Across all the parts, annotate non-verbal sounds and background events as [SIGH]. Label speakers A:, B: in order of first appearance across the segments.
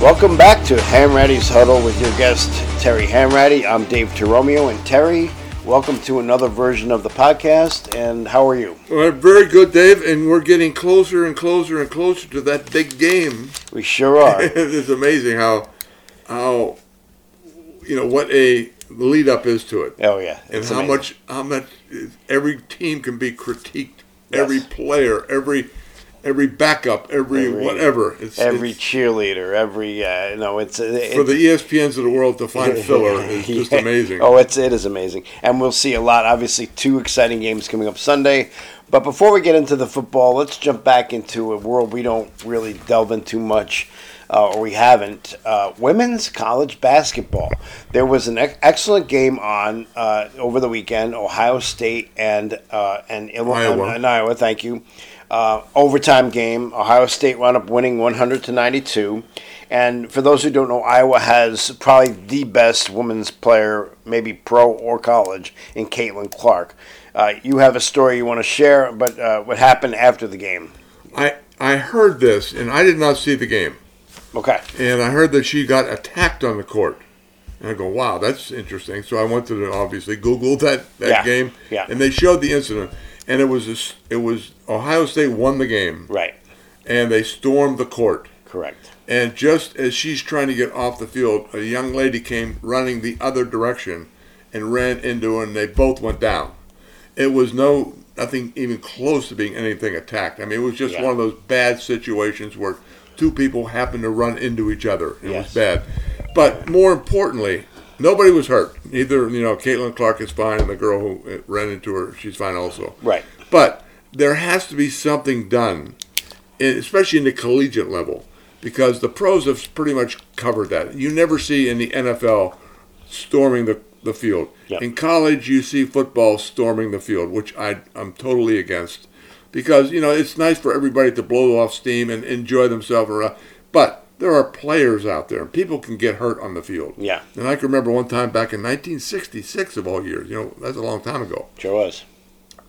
A: Welcome back to Hamratty's Huddle with your guest, Terry Hamratty. I'm Dave Teromeo, and Terry, welcome to another version of the podcast. And how are you?
B: Well, very good, Dave, and we're getting closer and closer and closer to that big game. [LAUGHS]
A: We sure are.
B: it's amazing how, how, you know, what a lead up is to it,
A: oh, yeah.
B: and
A: it's
B: how
A: amazing.
B: much how much every team can be critiqued, every
A: Yes.
B: player, every every backup, every,
A: Every-
B: whatever. It's,
A: Every
B: it's-
A: cheerleader, every, uh, no, it's. It,
B: for the E ESPNs of the world to find
A: [LAUGHS]
B: filler is just
A: Yeah.
B: amazing.
A: Oh, it's it is amazing, and we'll see a lot. Obviously, two exciting games coming up Sunday. But before we get into the football, let's jump back into a world we don't really delve into much, uh, or we haven't. Uh, women's college basketball. There was an ex- excellent game on uh, over the weekend. Ohio State and uh, and Illinois
B: Iowa.
A: and, and Iowa. Thank you. Uh, overtime game. Ohio State wound up winning 100 to 92. And for those who don't know, Iowa has probably the best women's player, maybe pro or college, in Caitlin Clark. Uh, you have a story you want to share, but uh, what happened after the game?
B: I I heard this, and I did not see the game.
A: Okay.
B: and I heard that she got attacked on the court. And I go, wow, that's interesting. So I went to the, obviously Google that, that
A: Yeah,
B: game,
A: yeah.
B: and they showed the incident. And it was this, it was Ohio State won the game,
A: Right.
B: and they stormed the court.
A: Correct.
B: And just as she's trying to get off the field, a young lady came running the other direction and ran into her, and they both went down. It was no nothing even close to being anything attacked. I mean, it was just
A: Yeah.
B: one of those bad situations where two people happened to run into each other. It
A: Yes.
B: was bad. But more importantly, nobody was hurt. Either, you know, Caitlin Clark is fine, and the girl who uh, ran into her, she's fine also.
A: Right.
B: But there has to be something done, in- especially in the collegiate level, because the pros have pretty much covered that. You never see in the NFL storming the, the field.
A: Yep.
B: In college, you see football storming the field, which I, I'm totally against, because you know it's nice for everybody to blow off steam and enjoy themselves, around, but there are players out there, and people can get hurt on the field.
A: Yeah.
B: And I can remember one time back in 1966 of all years, you know, that's a long time ago
A: Sure was.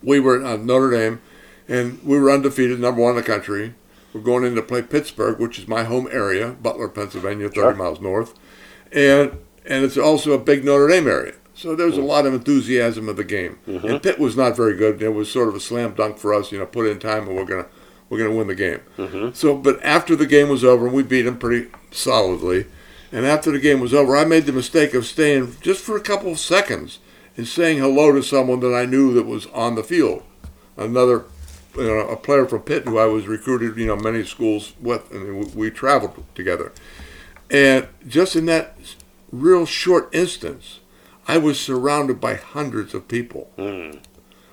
B: we were at Notre Dame, and we were undefeated, number one in the country. We're going in to play Pittsburgh, which is my home area, Butler, Pennsylvania, 30
A: Sure.
B: miles north, and and it's also a big Notre Dame area. So there was a lot of enthusiasm of the game, and Pitt was not very good. It was sort of a slam dunk for us, you know, put in time, and we're gonna we're gonna win the game. So, but after the game was over, and we beat them pretty solidly. And after the game was over, I made the mistake of staying just for a couple of seconds and saying hello to someone that I knew that was on the field. Another, you know, a player from Pitt who I was recruited, you know, many schools with, and we, we traveled together. And just in that real short instance, I was surrounded by hundreds of people
A: Hmm,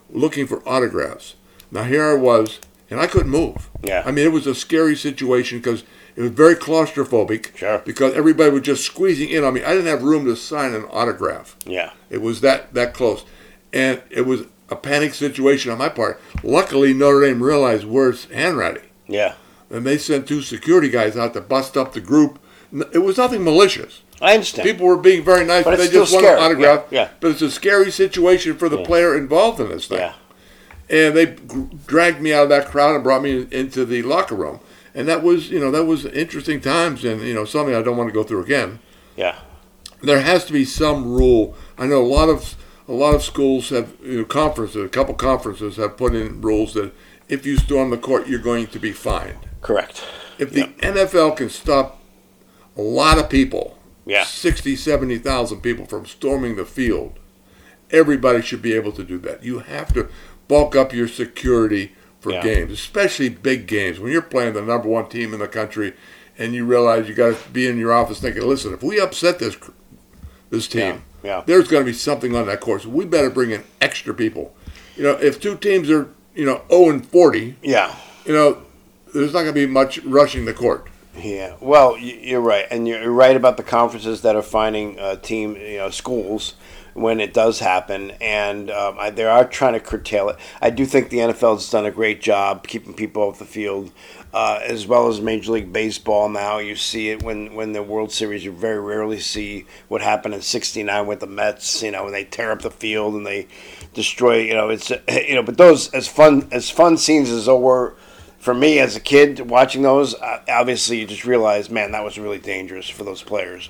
B: looking for autographs. Now here I was, and I couldn't move.
A: Yeah.
B: I mean, it was a scary situation because it was very claustrophobic.
A: Sure.
B: Because everybody was just squeezing in on me. I didn't have room to sign an autograph.
A: Yeah.
B: It was that that close, and it was a panic situation on my part. Luckily, Notre Dame realized where it's handwriting,
A: Yeah.
B: and they sent two security guys out to bust up the group. N- It was nothing malicious.
A: I understand.
B: People were being very nice,
A: But
B: but,
A: it's
B: they just
A: still
B: wanted an
A: scary.
B: autograph.
A: Yeah, yeah.
B: But it's a scary situation for the player involved in this thing
A: yeah.
B: and they gr- dragged me out of that crowd and brought me in- into the locker room. And that was, you know, that was interesting times, and you know, something I don't want to go through again.
A: Yeah.
B: There has to be some rule. I know a lot of a lot of schools have you know, conferences, a couple conferences have put in rules that if you storm the court, you're going to be fined.
A: Correct.
B: If the NFL can stop a lot of people,
A: Yeah.
B: 60, 70,000 people from storming the field, everybody should be able to do that. You have to bulk up your security for
A: Yeah.
B: games, especially big games. When you're playing the number one team in the country and you realize you got to be in your office thinking, listen, if we upset this this team,
A: Yeah, yeah.
B: there's going to be something on that course. We better bring in extra people. You know, if two teams are, you know, 0 and 40,
A: Yeah.
B: you know, there's not going to be much rushing the court.
A: Yeah, well, y- you're right, and you're right about the conferences that are finding uh, team, you know, schools when it does happen, and um, I, they are trying to curtail it. I do think the NFL has done a great job keeping people off the field, uh, as well as Major League Baseball. Now you see it when when the World Series, you very rarely see what happened in '69 with the Mets. You know, when they tear up the field and they destroy. You know, it's you know, but those as fun as fun scenes as though were for me as a kid watching those, uh, obviously you just realize, man, that was really dangerous for those players.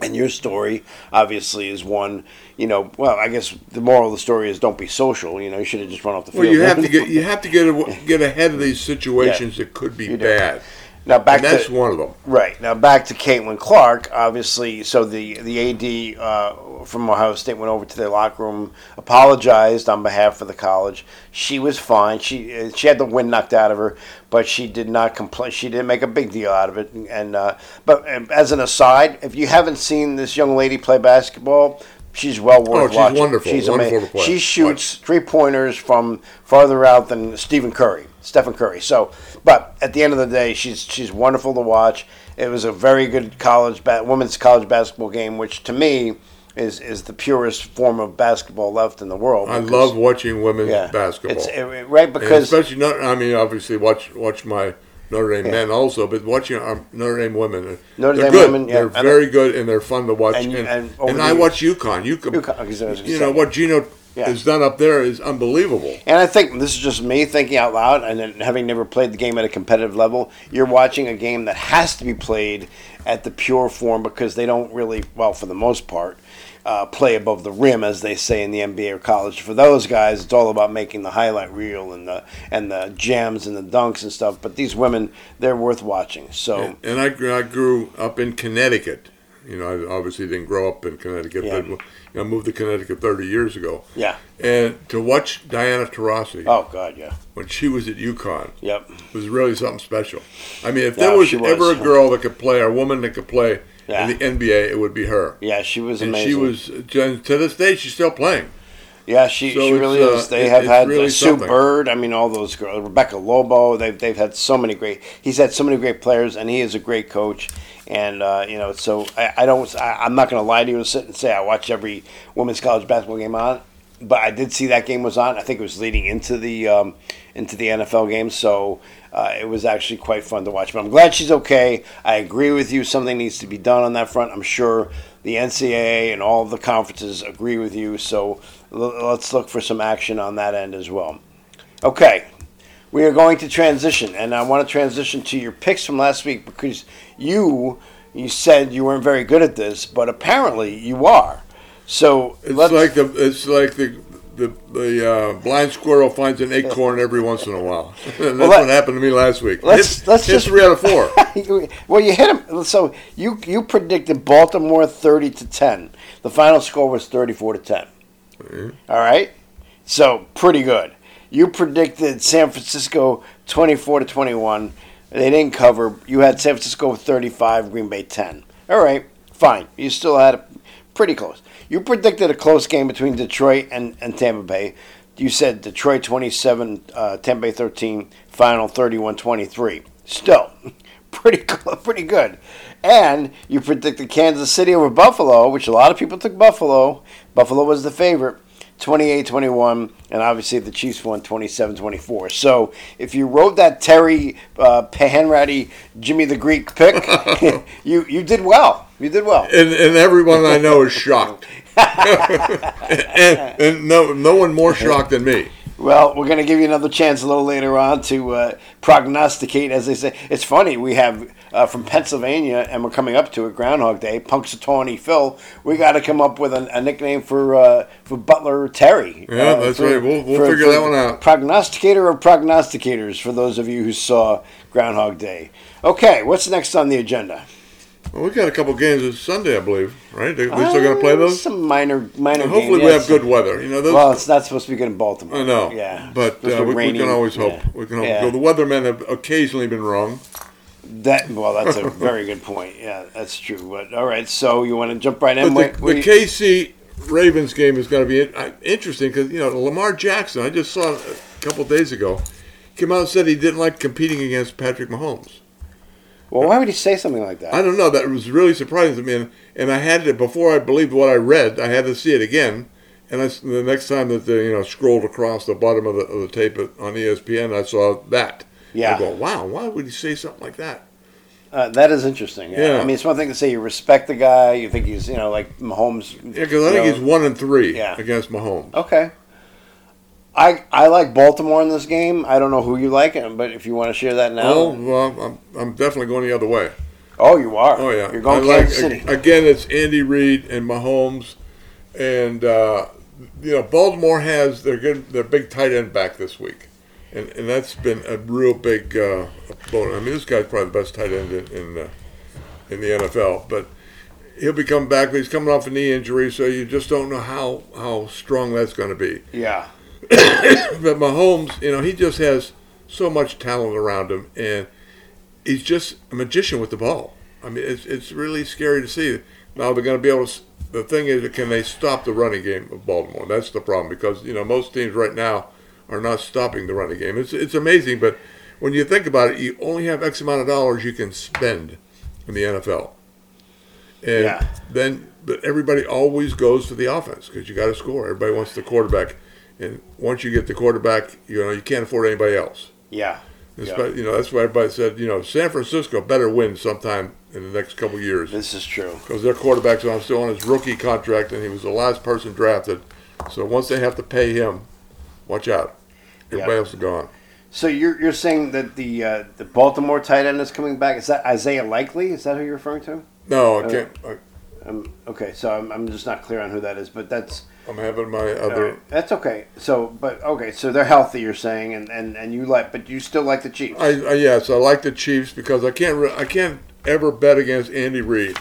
A: And your story, obviously, is one. You know, well, I guess the moral of the story is don't be social. You know, you should have just run off the field.
B: Well, you
A: [LAUGHS]
B: have to get you have to get aw- get ahead of these situations that could be
A: You do.
B: bad.
A: now back
B: And that's
A: to
B: one of them.
A: Right now, back to Caitlin Clark. Obviously, so the the AD uh, from Ohio State went over to their locker room, apologized on behalf of the college. She was fine. She uh, she had the wind knocked out of her, but she did not complain. She didn't make a big deal out of it. And uh, but um, as an aside, if you haven't seen this young lady play basketball, she's well worth
B: Oh, she's
A: watching.
B: wonderful,
A: She's
B: wonderful
A: amazing.
B: to play.
A: She shoots three pointers from farther out than Stephen Curry, Stephen Curry. So, but at the end of the day, she's she's wonderful to watch. It was a very good college ba- women's college basketball game, which to me is is the purest form of basketball left in the world.
B: I
A: because-
B: love watching women's
A: yeah,
B: basketball.
A: It's it- it- right
B: And
A: because
B: especially not. I mean, obviously, watch watch my Notre Dame men also, but watching our Notre Dame women. uh,
A: Notre
B: they're
A: Dame
B: good.
A: women, yeah,
B: they're
A: and the-
B: very good and they're fun to watch.
A: And
B: And,
A: you-
B: and,
A: and over the
B: I
A: years-
B: watch UConn. UConn,
A: UConn, because I was gonna
B: you
A: say.
B: know what Gino
A: Yeah.
B: has done up there is unbelievable.
A: And I think this is just me thinking out loud, and then having never played the game at a competitive level, you're watching a game that has to be played at the pure form because they don't really, well, for the most part, uh, play above the rim as they say in the NBA or college. For those guys, it's all about making the highlight reel and the and the jams and the dunks and stuff. But these women, they're worth watching. So
B: And, Oh, and I, grew- I grew up in Connecticut. You know, I obviously didn't grow up in Connecticut,
A: Yeah.
B: but you know, I moved to Connecticut 30 years ago.
A: Yeah.
B: And to watch Diana Taurasi
A: oh god, yeah,
B: when she was at UConn
A: yep,
B: was really something special. I mean, if
A: Yeah,
B: there was,
A: she was.
B: ever a girl that could play, or a woman that could play
A: Yeah.
B: in the NBA, it would be her.
A: yeah, she was
B: And
A: amazing.
B: she was and to this day she's still playing.
A: Yeah, she,
B: So
A: she
B: it's,
A: really
B: uh,
A: is. They
B: it-
A: have
B: it's
A: had
B: really
A: Sue
B: something.
A: Bird. I mean, all those girls. Rebecca Lobo. They've they've had so many great. He's had so many great players, and he is a great coach. And uh, you know, so I, I don't. I, I'm not going to lie to you and sit and say I watch every women's college basketball game on, but I did see that game was on. I think it was leading into the um, into the NFL game, so uh, it was actually quite fun to watch. But I'm glad she's okay. I agree with you. Something needs to be done on that front. I'm sure the NCAA and all of the conferences agree with you. So l- let's look for some action on that end as well. Okay, we are going to transition, and I want to transition to your picks from last week because you you said you weren't very good at this, but apparently you are. So
B: It's like the it's like the the, the uh, blind squirrel finds an acorn every once in a while. [LAUGHS] and that's
A: Well, let-
B: what happened to me last week.
A: let's-
B: Hits-
A: let's
B: hits
A: just-
B: three out of four.
A: well, [LAUGHS] you hit him. So you you predicted Baltimore thirty to ten. The final score was thirty four to 10 All right, so pretty good. You predicted San Francisco twenty four to twenty one. They didn't cover. You had San Francisco thirty five, Green Bay ten. All right, fine. You still had it pretty close. You predicted a close game between Detroit and, and Tampa Bay. You said Detroit 27, uh, Tampa Bay 13, final 31 23. Still, [LAUGHS] pretty cl- pretty good. And you predicted Kansas City over Buffalo, which a lot of people took Buffalo. Buffalo was the favorite, 28-21, and obviously the Chiefs won 27-24. So if you rode that Terry uh, Panratty, Jimmy the Greek pick, [LAUGHS] you you did well. You did well.
B: And, and everyone I know is shocked.
A: [LAUGHS]
B: and, and no no one more shocked than me.
A: Well, we're going to give you another chance a little later on to uh, prognosticate, as they say. It's funny, we have uh, from Pennsylvania, and we're coming up to it, Groundhog Day, Punxsutawney Phil. We got to come up with a, a nickname for uh, for Butler Terry.
B: Yeah,
A: Uh,
B: that's
A: for-
B: right. We'll- we'll figure that one out.
A: Prognosticator or prognosticators, for those of you who saw Groundhog Day. Okay, what's next on the agenda?
B: Well, we got a couple games this Sunday, I believe. Right? They, they still going to play
A: Uh,
B: those.
A: Some minor, minor
B: And hopefully,
A: game,
B: we
A: yes.
B: have good weather. You know, those,
A: Well, it's not supposed to be good in Baltimore.
B: I know.
A: Yeah.
B: But
A: It's
B: uh, we, we
A: rainy.
B: can always hope.
A: Yeah.
B: We can hope.
A: Yeah.
B: Though the weathermen have occasionally been wrong.
A: That well, that's a very good point. Yeah, that's true. But all right, so you want to jump right in?
B: But the,
A: Wait,
B: the
A: wait.
B: KC Ravens game is going to be in- uh, interesting because you know Lamar Jackson. I just saw a couple days ago came out and said he didn't like competing against Patrick Mahomes.
A: well, why would he say something like
B: I
A: that?
B: don't know. That was really surprising to me, and, and I had it before I believed what I read. I had to see it again, and I s the next time that they, you know scrolled across the bottom of the, of the tape at- on E ESPN, I saw that.
A: Yeah.
B: I go, wow, why would he say something like that?
A: Uh, that is interesting. Yeah.
B: Yeah.
A: I mean, it's one thing to say you respect the guy, you think he's you know like Mahomes.
B: Yeah, because I think
A: you know.
B: he's one and three
A: Yeah.
B: against Mahomes.
A: okay. I, I like Baltimore in this game. I don't know who you like, but if you want to share that now.
B: Oh,
A: Oh,
B: well, I'm, I'm definitely going the other way.
A: you are.
B: Oh yeah,
A: You're going
B: I like-
A: Kansas City.
B: again. It's Andy Reid and Mahomes, and uh, you know Baltimore has their good their big tight end back this week, and and that's been a real big uh, bonus. I mean, this guy's probably the best tight end in in, uh, in the NFL, but he'll be coming back. But he's coming off a knee injury, so you just don't know how how strong that's going to be.
A: yeah.
B: But Mahomes, you know, he just has so much talent around him, and he's just a magician with the ball. I mean, it's it's really scary to see. Now they're going to be able to. s- The thing is, can they stop the running game of Baltimore? That's the problem because you know most teams right now are not stopping the running game. It's it's amazing, but when you think about it, you only have X amount of dollars you can spend in the NFL, and
A: Yeah.
B: then but everybody always goes to the offense because you got to score. Everybody wants the quarterback, and once you get the quarterback, you know you can't afford anybody else.
A: Yeah.
B: That's
A: Yeah.
B: why- you know, that's why everybody said, you know, San Francisco better win sometime in the next couple of years
A: This is true.
B: because their quarterback's on still on his rookie contract and he was the last person drafted. So once they have to pay him, watch out. Everybody
A: Yeah.
B: else is gone.
A: So you're, you're saying that the uh, the Baltimore tight end is coming back? Is that Isaiah Likely? Is that who you're referring to?
B: No, I can't. I,
A: Um, okay, so I'm, I'm just not clear on who that is, but that's
B: I'm having my
A: all
B: other.
A: right. that's okay. So, but okay, so they're healthy. You're saying, and, and, and you like, but you still like the Chiefs.
B: I, I yes, I like the Chiefs because I can't. Re- I can't ever bet against Andy Reid.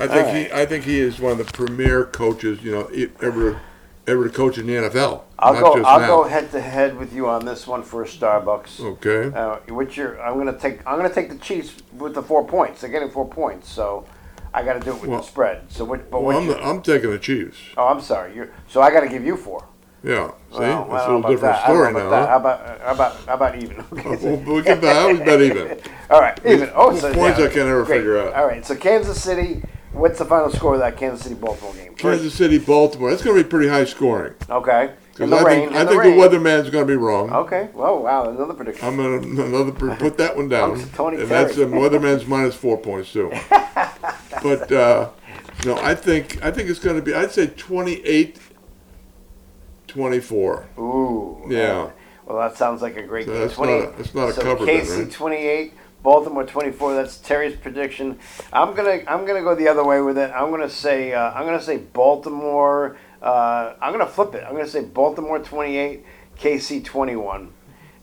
B: I think he. I think he is one of the premier coaches. You know, e- ever, ever to coach in the NFL.
A: I'll
B: not
A: go.
B: just
A: I'll
B: now.
A: go head to head with you on this one for Starbucks.
B: Okay.
A: Uh, which you're, I'm gonna take. I'm gonna take the Chiefs with the four points. They're getting four points, so I got to do it with
B: Well-
A: the spread. So, what, but what?
B: Well, I'm,
A: you-
B: I'm taking the Chiefs.
A: oh, I'm sorry. You're, so I got to give you four.
B: Yeah, see,
A: Well, I
B: that's a
A: don't know
B: little
A: about
B: different
A: that. I
B: story
A: don't know
B: now.
A: about that.
B: huh?
A: How about how about how about even? [LAUGHS] Okay, so-
B: [LAUGHS] Well, we can bet. I always bet
A: [LAUGHS]
B: even.
A: All right, even. Oh,
B: These
A: so
B: points
A: yeah,
B: I can't ever
A: great.
B: figure out.
A: All right, so Kansas City. What's the final score of that Kansas City Baltimore game?
B: Kansas City, Baltimore. That's going to be pretty high scoring.
A: Okay. In
B: 'Cause
A: the
B: I
A: rain.
B: think,
A: in
B: I
A: the
B: think
A: rain.
B: the weatherman's going to be wrong.
A: Okay. Well, wow, another prediction.
B: I'm going to another per- put that one down.
A: I'm Tony
B: and that's the
A: Terry.
B: weatherman's minus four points
A: [LAUGHS]
B: too. but uh, no, I think I think it's going to be. I'd say 28, 24.
A: Ooh.
B: Yeah.
A: Well, that sounds like a great
B: So
A: game.
B: that's
A: 20
B: not a- that's not a
A: so
B: cover bet,
A: KC
B: right?
A: 28, Baltimore 24. That's Terry's prediction. I'm gonna I'm gonna go the other way with it. I'm gonna say uh, I'm gonna say Baltimore. Uh, I'm gonna flip it. I'm gonna say Baltimore 28, KC 21,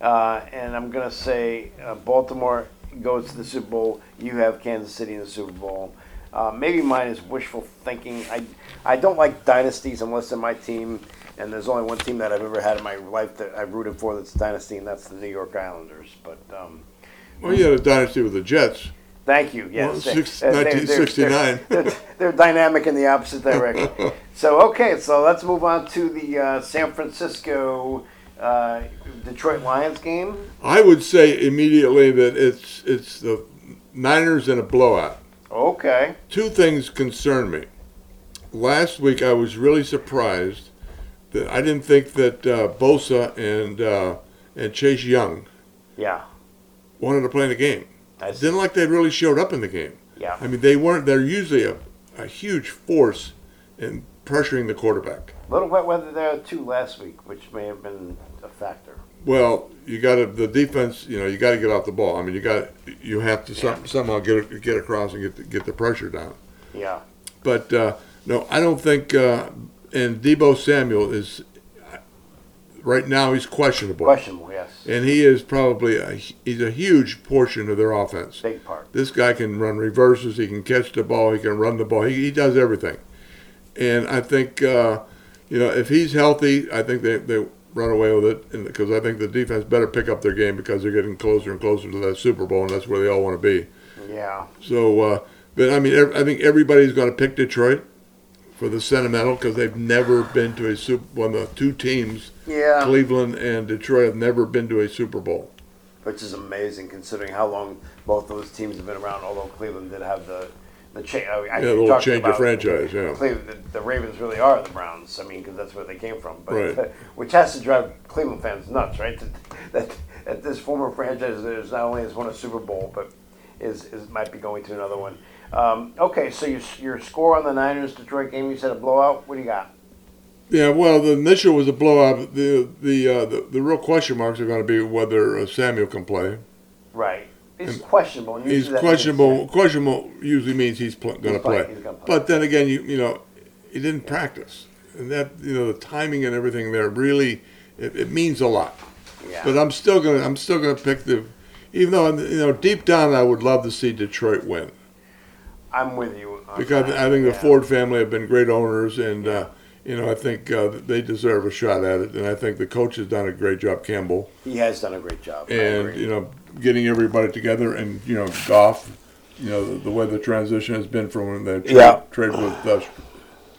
A: uh, and I'm gonna say uh, Baltimore goes to the Super Bowl. You have Kansas City in the Super Bowl. Uh, maybe mine is wishful thinking. I, I don't like dynasties unless they're my team, and there's only one team that I've ever had in my life that I've rooted for that's a dynasty, and that's the New York Islanders. But um,
B: Well, you had a dynasty with the Jets.
A: thank you. Yes,
B: Well,
A: they- uh,
B: six-
A: they're- they're-
B: 1969.
A: They're, they're, they're dynamic in the opposite direction.
B: [LAUGHS]
A: so okay, so let's move on to the uh, San Francisco uh, Detroit Lions game.
B: I would say immediately that it's it's the Niners in a blowout.
A: Okay.
B: two things concern me. Last week, I was really surprised that I didn't think that uh, Bosa and uh, and Chase Young
A: Yeah.
B: wanted to play in the game.
A: I
B: It didn't like they really showed up in the game.
A: Yeah.
B: I mean, they weren't. They're usually a, a huge force in pressuring the quarterback.
A: little wet weather there too last week, which may have been a factor.
B: Well, you got to the defense. You know, you got to get off the ball. I mean, you got you have to some, somehow get get across and get the, get the pressure down.
A: Yeah.
B: But uh, no, I don't think. Uh, and Debo Samuel is right now he's questionable,
A: Questionable. Yes.
B: and he is probably a, he's a huge portion of their offense.
A: Big part.
B: This guy can run reverses. He can catch the ball. He can run the ball. He, he does everything. And I think, uh, you know, if he's healthy, I think they, they run away with it because I think the defense better pick up their game because they're getting closer and closer to that Super Bowl, and that's where they all want to be.
A: Yeah.
B: So, uh, but I mean, ev- I think everybody's going to pick Detroit for the sentimental because they've never been to a Super. One of the two teams,
A: Yeah.
B: Cleveland and Detroit, have never been to a Super Bowl.
A: which is amazing considering how long both those teams have been around. Although Cleveland did have the the change, I
B: Yeah, they'll change the franchise. Yeah,
A: Cleveland, the, the Ravens really are the Browns. I mean, because that's where they came from. But
B: Right.
A: [LAUGHS] which has to drive Cleveland fans nuts, right? That, that, that this former franchise is not only has won a Super Bowl, but is, is might be going to another one. Um, okay, so your, your score on the Niners Detroit game, you said a blowout. What do you got?
B: Yeah, well, the initial was a blowout. The the uh, the, the real question marks are going to be whether uh, Samuel can play.
A: Right. He's questionable. and
B: He's
A: usually that
B: questionable.
A: means-
B: Questionable usually means he's pl- going to
A: He's play-
B: play.
A: he's gonna play.
B: But then again, you you know, he didn't practice, and that you know the timing and everything there really it, it means a lot.
A: Yeah.
B: But I'm still gonna I'm still gonna pick the, even though you know deep down I would love to see Detroit win
A: I'm with you. on
B: because
A: that,
B: I think the
A: yeah.
B: Ford family have been great owners and. Uh, you know, I think uh, they deserve a shot at it, and I think the coach has done a great job, Campbell,
A: He has done a great job. I
B: and
A: agree.
B: you know, getting everybody together, and you know, golf. You know, the, the way the transition has been from when they trade,
A: Yeah.
B: trade with uh,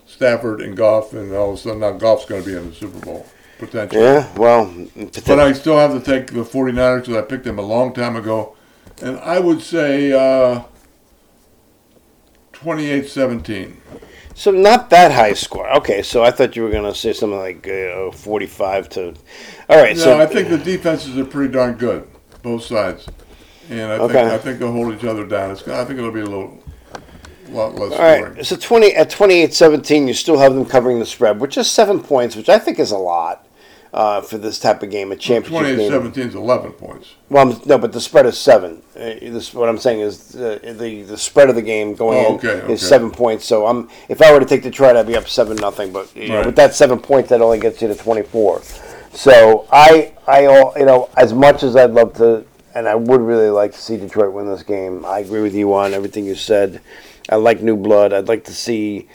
B: Stafford and golf, and all of a sudden now golf's going to be in the Super Bowl potentially.
A: Yeah, well,
B: But I still have to take the 49ers because I picked them a long time ago. And I would say uh, 28 17.
A: so not that high score. Okay, so I thought you were gonna say something like uh, forty-five to. All right,
B: No,
A: so
B: I think the defenses are pretty darn good, both sides. And I,
A: Okay.
B: think, I think they'll hold each other down. It's, I think it'll be a little lot less
A: All right,
B: scoring.
A: so twenty at 28-17, you still have them covering the spread, which is seven points, which I think is a lot uh, for this type of game, a championship
B: 28
A: game.
B: 17 is 11 points.
A: Well, I'm, no, but the spread is seven. Uh, this, what I'm saying is the, the the spread of the game going
B: Oh,
A: in
B: okay, okay.
A: is seven points. So I'm if I were to take Detroit, I'd be up seven nothing. But you know,
B: Right.
A: with that seven points, that only gets you to twenty four. So I I all you know as much as I'd love to, and I would really like to see Detroit win this game. I agree with you on everything you said. I like new blood. I'd like to see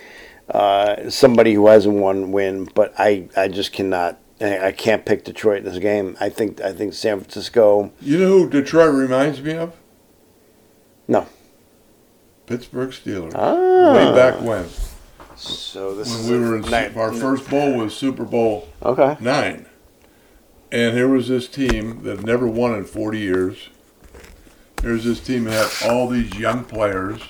A: uh, somebody who hasn't won win, but I, I just cannot. I I can't pick Detroit in this game. I think I think San Francisco.
B: You know who Detroit reminds me of?
A: No.
B: Pittsburgh Steelers.
A: Ah.
B: Way back when.
A: So this
B: when
A: is
B: we were in
A: night-
B: our first bowl was Super Bowl
A: Okay.
B: nine, and here was this team that never won in 40 years. Here's this team that had all these young players,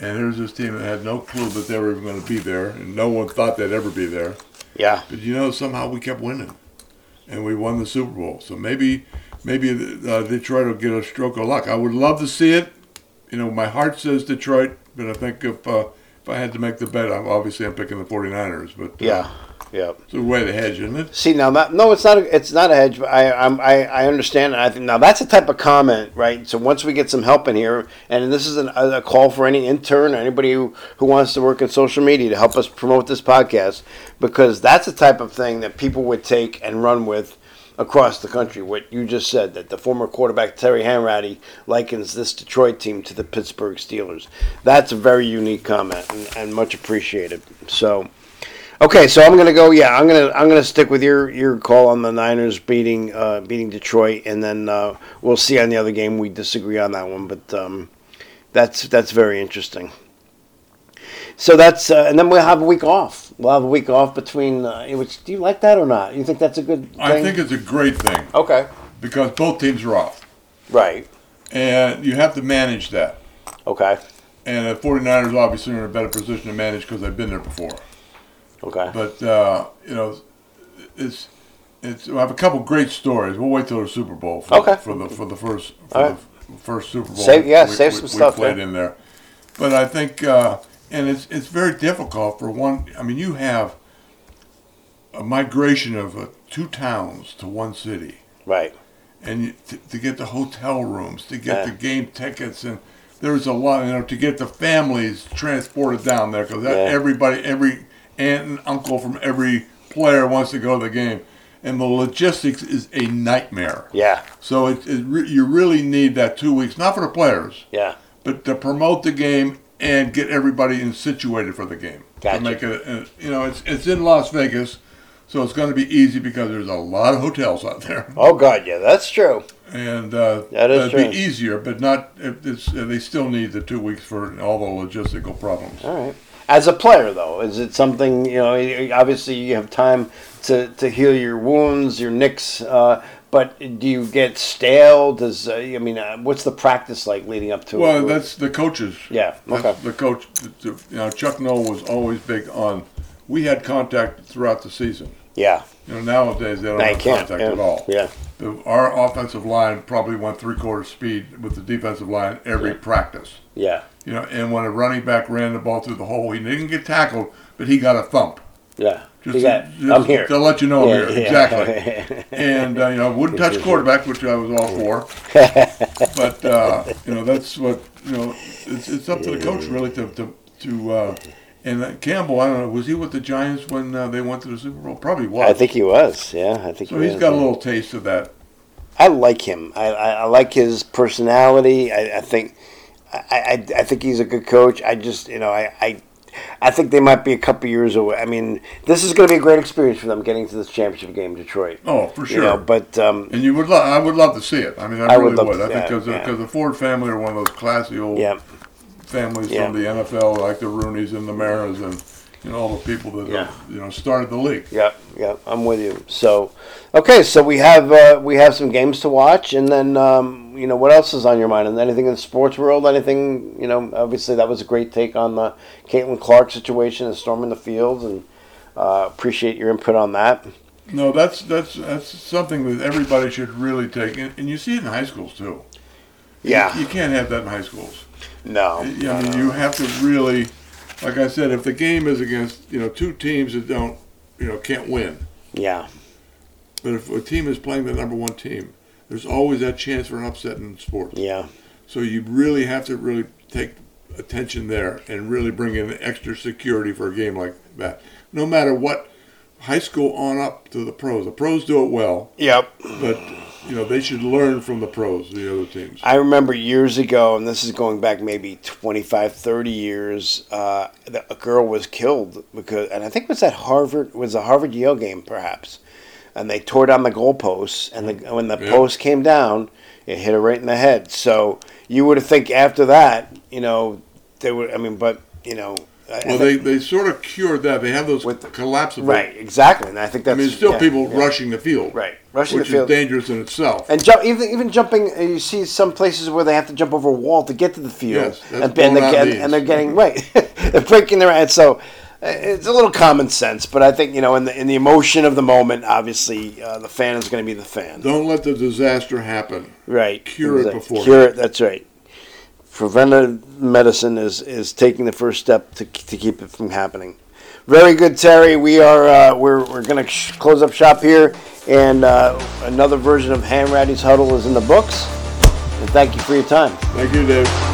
B: and here's this team that had no clue that they were even going to be there, and no one thought they'd ever be there.
A: Yeah.
B: But you know, somehow we kept winning, and we won the Super Bowl. So maybe, maybe uh, Detroit will get a stroke of luck. I would love to see it. You know, my heart says Detroit, but I think if uh, if I had to make the bet, I'm obviously I'm picking the 49ers. But uh,
A: Yeah. Yeah.
B: it's a way to hedge, isn't it?
A: See now that no, it's not. A, it's not a hedge. But I, I'm, I, I understand. And I think now that's a type of comment, right? So once we get some help in here, and this is an, a a call for any intern or anybody who, who wants to work in social media to help us promote this podcast, because that's the type of thing that people would take and run with across the country. What you just said that the former quarterback Terry Hanratty likens this Detroit team to the Pittsburgh Steelers. That's a very unique comment and, and much appreciated. So. Okay, so I'm gonna go. Yeah, I'm gonna I'm gonna stick with your your call on the Niners beating uh, beating Detroit, and then uh, we'll see on the other game. We disagree on that one, but um, that's that's very interesting. So that's uh, and then we'll have a week off. We'll have a week off between. Uh, which do you like that or not? You think that's a good? Thing?
B: I think it's a great thing
A: okay.
B: because both teams are off,
A: Right.
B: and you have to manage that.
A: Okay.
B: And the 49ers obviously are in a better position to manage because they've been there before.
A: Okay.
B: But uh, you know, it's it's. I have a couple great stories. We'll wait till the Super Bowl. For,
A: Okay.
B: For the for the first for
A: All
B: the
A: right.
B: f- first Super Bowl.
A: Save- yeah, save some
B: we
A: stuff,
B: played
A: yeah.
B: in there, but I think uh, and it's it's very difficult for one. I mean, you have a migration of uh, two towns to one city,
A: right.
B: and you, to, to get the hotel rooms, to get
A: Yeah.
B: the game tickets, and there's a lot, you know, to get the families transported down there because
A: Yeah.
B: everybody, every aunt and uncle from every player wants to go to the game, and the logistics is a nightmare.
A: Yeah.
B: So it, it re- you really need that two weeks, not for the players,
A: Yeah.
B: but to promote the game and get everybody in situated for the game.
A: Gotcha.
B: To make it, a- you know, it's it's in Las Vegas, so it's going to be easy because there's a lot of hotels out there
A: Oh God. Yeah, that's true.
B: and uh,
A: That is
B: that'd be
A: true.
B: easier, but not. If it's, uh, they still need the two weeks for all the logistical problems.
A: All right. As a player, though, is it something you know? y- Obviously, you have time to, to heal your wounds, your nicks. Uh, but do you get stale? Does uh, I mean, uh, what's the practice like leading up to it?
B: Well, that's the coaches.
A: Yeah,
B: That's
A: okay.
B: The coach, you know, Chuck Noll was always big on. We had contact throughout the season.
A: yeah.
B: You know, nowadays they don't
A: I
B: have
A: can't.
B: contact
A: yeah.
B: at all.
A: Yeah.
B: The, our offensive line probably went three quarter speed with the defensive line every practice.
A: Yeah.
B: You know, and when a running back ran the ball through the hole, he didn't get tackled, but he got a thump.
A: Yeah.
B: Just,
A: He got-
B: just
A: I'm here.
B: To let you know
A: Yeah,
B: I'm here.
A: yeah. [LAUGHS]
B: Exactly. and, uh, you know, wouldn't touch quarterback, which I was all for. but, uh, you know, that's what, you know, it's, it's up to the coach really to, to, to uh, and uh, Campbell, I don't know, was he with the Giants when uh, they went to the Super Bowl? Probably was.
A: I think he was. Yeah, I think
B: so
A: he
B: he's
A: was.
B: got a little taste of that.
A: I like him. I, I, I like his personality. I, I think I, I, I think he's a good coach. I just you know I, I I think they might be a couple years away. I mean, this is going to be a great experience for them getting to this championship game, in Detroit.
B: Oh, for sure.
A: You know, but um,
B: And you would love, I would love to see it. I mean, I,
A: I would
B: really would.
A: love to-
B: I think
A: yeah,
B: because
A: yeah.
B: the Ford family are one of those classy old
A: yeah,
B: families
A: Yeah.
B: from the NFL, like the Rooneys and the Maras and you know all the people that
A: Yeah.
B: you know started the league.
A: yeah, yeah. I'm with you. So, okay, so we have uh, we have some games to watch, and then um, you know what else is on your mind? And anything in the sports world? Anything you know? Obviously, that was a great take on the Caitlin Clark situation and storming the fields, and uh, appreciate your input on that.
B: No, that's that's that's something that everybody should really take, and, and you see it in high schools too. You-
A: Yeah. Uh,
B: you, can't have that in high schools.
A: No.
B: Yeah, I mean, you have to really, like I said, if the game is against you know two teams that don't you know can't win,
A: Yeah.
B: but if a team is playing the number one team, there's always that chance for an upset in sports.
A: Yeah.
B: So you really have to really take attention there and really bring in extra security for a game like that. No matter what, high school on up to the pros. The pros do it well,
A: Yep.
B: but you know they should learn from the pros, the other teams.
A: I remember years ago, and this is going back maybe 25, 30 years, uh, that a girl was killed because, and I think it was at Harvard, it was a Harvard Yale game perhaps, and they tore down the goalposts, and the, when the
B: Yeah.
A: post came down, it hit her right in the head. So you would think after that, you know, they would, I mean, but, you know, I- I
B: Well,
A: think-
B: they, they sort of cured that. They have those
A: With the-
B: collapsible.
A: right, exactly. And I think
B: I
A: that's
B: mean, still
A: yeah,
B: people
A: yeah.
B: rushing the field.
A: Right. Rushing the
B: which
A: field.
B: is dangerous in itself.
A: And jump, even even jumping, uh, you see some places where they have to jump over a wall to get to the field,
B: Yes, that's
A: and, and,
B: blown
A: they're
B: out
A: getting,
B: knees.
A: and they're getting right, [LAUGHS] they're breaking their head. So uh, it's a little common sense, but I think you know, in the in the emotion of the moment, obviously uh, the fan is going to be the fan,
B: Don't let the disaster happen.
A: right?
B: cure it
A: Exactly.
B: before.
A: Cure it. That's right. Preventive medicine is is taking the first step to to keep it from happening. Very good, Terry. We are uh, we're we're going to sh- close up shop here, and uh, another version of Ham Ratty's Huddle is in the books. And thank you for your time.
B: Thank you, Dave.